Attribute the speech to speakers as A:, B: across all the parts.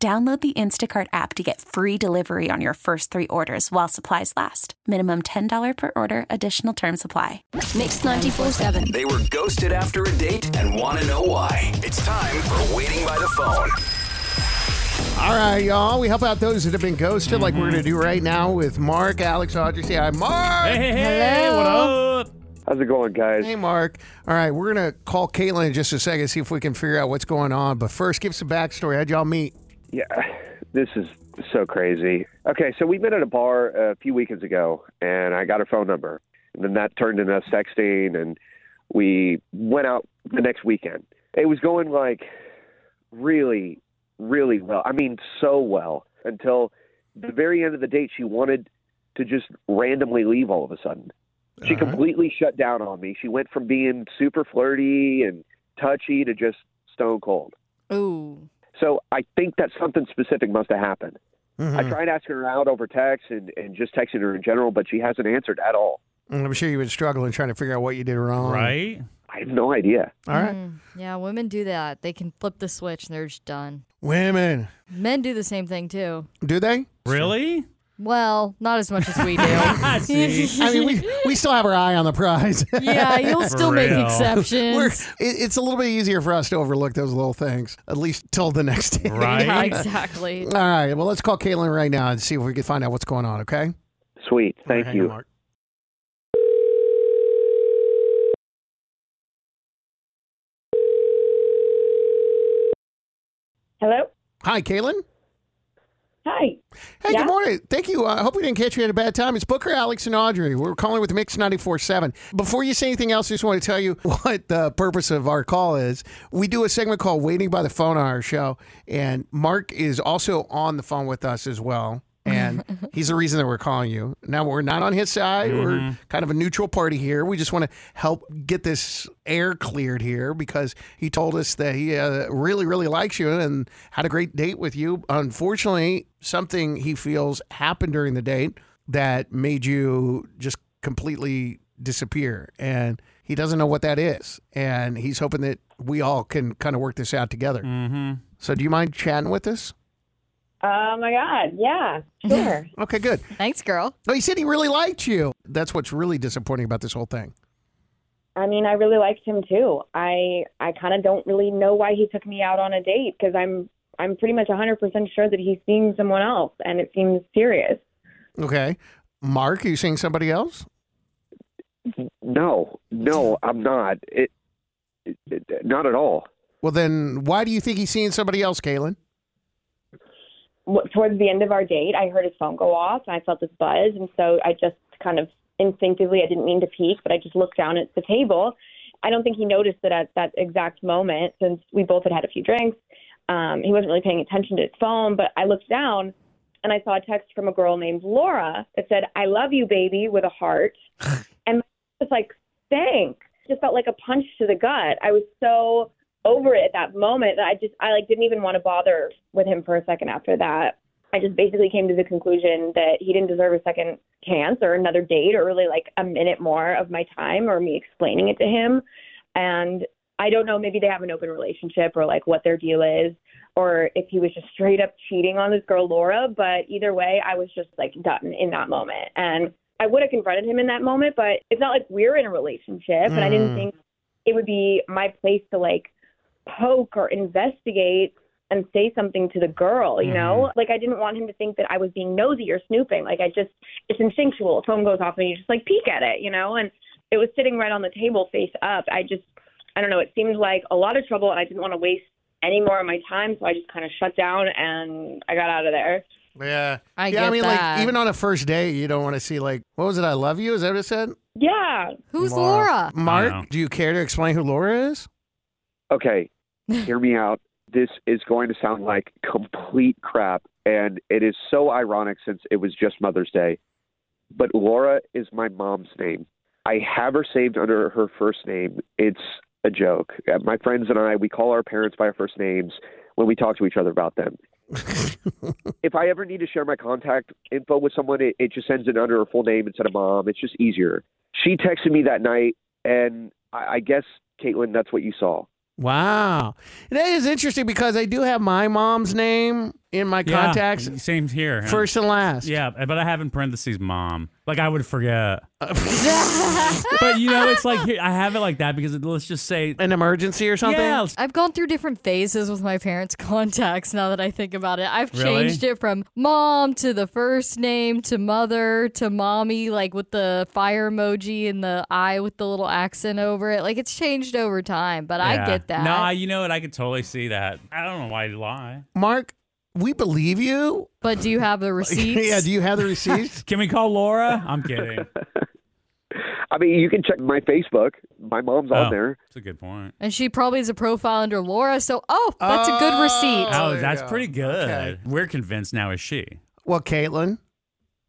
A: Download the Instacart app to get free delivery on your first three orders while supplies last. Minimum $10 per order, additional term supply.
B: Mix 94.7.
C: They were ghosted after a date and want to know why. It's time for Waiting by the Phone.
D: All right, y'all. We help out those that have been ghosted, like we're going to do right now with Mark, Alex, Audrey. Say hi, Mark.
E: Hey, hey, hey, what up?
F: How's it going, guys?
D: Hey, Mark. All right, we're going to call Caitlin in just a second, see if we can figure out what's going on. But first, give us a backstory. How'd y'all meet?
F: Yeah, this is so crazy. Okay, so we met at a bar a few weekends ago, and I got her phone number. And then that turned into us texting, and we went out the next weekend. It was going like really, really well. I mean, so well until the very end of the date, she wanted to just randomly leave all of a sudden. She
D: All right.
F: completely shut down on me. She went from being super flirty and touchy to just stone cold.
G: Ooh.
F: So I think that something specific must have happened. I
D: Mhm.
F: tried asking her out over text and, and just texting her in general, but she hasn't answered at all.
D: I'm sure you've been struggling trying to figure out what you did
E: Oh,
D: wrong.
E: Right?
F: I have no idea.
D: All right.
G: Mm. Yeah, women do that. They can flip the switch and they're just done.
D: Women,
G: Men do the same thing too.
D: do they?
E: Really?
G: Well, not as much as we do.
E: See?
D: I mean, we, we still have our eye on the prize.
G: yeah, you'll still make
E: real.
D: We're,
G: exceptions.
D: it, it's a little bit easier for us to overlook those little things, at least till the next day.
G: yeah,
E: Right?
G: exactly.
D: All right. Well, let's call Caitlin right now and see if we can find out what's going on. Okay.
F: Sweet. Thank
D: Hang on,
F: you.
D: Mark.
H: Hello.
D: Hi, Caitlin.
H: Hi.
D: Hey,
H: Yeah?
D: good morning. Thank you. Uh, I hope we didn't catch you at a bad time. It's Booker, Alex, and Audrey. We're calling with Mix 94.7. Before you say anything else, I just want to tell you what the purpose of our call is. We do a segment called Waiting by the Phone on our show, and Mark is also on the phone with us as well. And he's the reason that we're calling you. Now, we're not on his side. We're kind of a neutral party here. We just want to help get this air cleared here because he told us that he uh, really, really likes you and had a great date with you. Unfortunately, something he feels happened during the date that made you just completely disappear. And he doesn't know what that is. And he's hoping that we all can kind of work this out together.
E: Mm-hmm.
D: So, do you mind chatting with us?
H: Oh my God. Yeah. Sure.
D: Okay, good.
G: Thanks, girl.
D: No, Oh, he said he really liked you. That's what's really disappointing about this whole thing.
H: I mean, I really liked him too. I I kind of don't really know why he took me out on a date because I'm I'm pretty much 100% sure that he's seeing someone else and it seems serious.
D: Okay. Mark, are you seeing somebody else?
F: No, no, I'm not. It, it, it- not at all.
D: Well, then why do you think he's seeing somebody else, Kaylin?
H: Wh- Towards the end of our date, I heard his phone go off and I felt this buzz and so I just kind of instinctively, I didn't mean to peek, but I just looked down at the table. I don't think he noticed it at that exact moment since we both had had a few drinks. Um, he wasn't really paying attention to his phone, but I looked down and I saw a text from a girl named Laura that said, I love you, baby, with a heart. and I was like, thanks. It just felt like a punch to the gut. I was so over it at that moment that I just, I like didn't even want to bother with him for a second after that. I just basically came to the conclusion that he didn't deserve a second chance or another date or really like a minute more of my time or me explaining it to him. And I don't know, maybe they have an open relationship or like what their deal is or if he was just straight up cheating on this girl Laura, but either way, I was just like done in that moment. And I would have confronted him in that moment, but it's not like we're in a relationship and I
D: Mm.
H: didn't think it would be my place to like poke or investigate and say something to the girl, you know? Like I didn't want him to think that I was being nosy or snooping. Like I just it's instinctual. A phone goes off and you just like peek at it, you know? And it was sitting right on the table face up. I just I don't know, it seemed like a lot of trouble and I didn't want to waste any more of my time, so I just kind of shut down and I got out of there.
D: Yeah. yeah,
G: I
D: I
G: get
D: mean,
G: that.
D: like, even on a first date, you don't want to see, like, what was it? I love you? Is that what it said?
H: Yeah.
G: Who's Laura?
D: Mark-
E: I know.
D: Mark, do you care to explain who Laura is?
F: Okay, hear me out. This is going to sound like complete crap, And it is so ironic since it was just Mother's Day. But Laura is my mom's name. I have her saved under her first name. It's a joke. Uh, My friends and I, we call our parents by our first names when we talk to each other about them. if I ever need to share my contact info with someone, it, it just ends in under her full name instead of mom. It's just easier. She texted me that night, and I, I guess, Caitlin, that's what you saw.
D: Wow. That is interesting because I do have my mom's name in my
E: Yeah,
D: contacts,
E: Same here.
D: first and last.
E: Yeah, but I have in parentheses mom. Like I would forget. but you know, it's like here, I have it like that because it, let's just say
D: An emergency or something?
E: yeah. let's-
G: I've gone through different phases with my parents' contacts now that I think about it. I've
E: Really?
G: changed it from mom to the first name to mother to mommy, like with the fire emoji and the eye with the little accent over it. Like it's changed over time, but I
E: yeah.
G: get that.
E: Nah, you know what? I could totally see that. I don't know why you lie.
D: Mark, we believe you.
G: but do you have the receipts?
D: yeah, do you have the receipts?
E: Can we call Laura? I'm kidding.
F: I mean, you can check my Facebook. My mom's
E: Oh,
F: on there.
E: That's a good point.
G: and she probably has a profile under Laura, so oh, that's a good receipt.
D: Oh,
E: Oh,
D: there you
E: that's
D: go.
E: pretty good.
D: Okay.
E: We're convinced now is she.
D: well, Caitlin,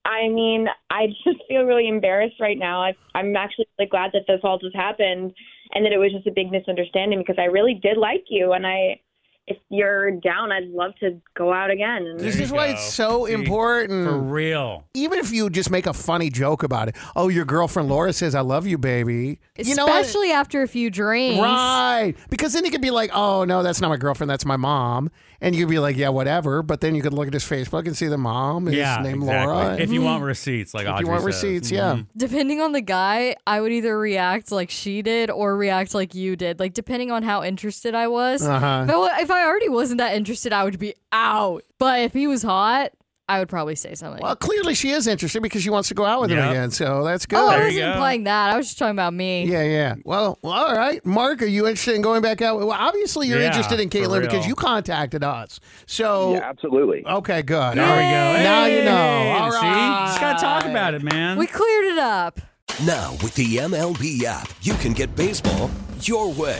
H: I mean, I just feel really embarrassed right now. I, I'm actually really glad that this all just happened and that it was just a big misunderstanding because I really did like you. And I, if you're down, I'd love to go out again. And
D: this
E: you
D: is why
E: go.
D: it's so
E: See?
D: important.
E: For real.
D: Even if you just make a funny joke about it. Oh, your girlfriend Laura says, I love you, baby. you know what?
G: Especially after a few drinks.
D: Right. Because then you could be like, oh, no, that's not my girlfriend. That's my mom. And you could be like, yeah, whatever. But then you could look at his Facebook and see the mom is
E: yeah.
D: named
E: exactly.
D: Laura. Mm-hmm.
E: If you want receipts, like
D: If
E: Audrey
D: you want
E: says. Mm-hmm.
D: receipts, yeah.
G: Depending on the guy, I would either react like she did or react like you did. Like depending on how interested I was.
D: Uh-huh.
G: If I wa- if I already wasn't that interested, I would be out. But if he was hot, I would probably say something.
D: Well, clearly she is interested because she wants to go out with him
E: Yeah.
D: again. So that's good.
G: oh, I
E: there you
G: wasn't
E: go.
G: implying that. I was just talking about me.
D: Yeah, yeah. Well, well, all right. Mark, are you interested in going back out? Well, obviously you're
E: Yeah,
D: interested in
E: for
D: Caitlin because
E: real.
D: you contacted us. So,
F: Yeah, absolutely.
D: okay, good.
E: There we go.
D: Now you know.
E: Hey,
D: All
E: see? Just got to talk about it, man.
G: We cleared it up.
C: Now, with the MLB app, you can get baseball your way.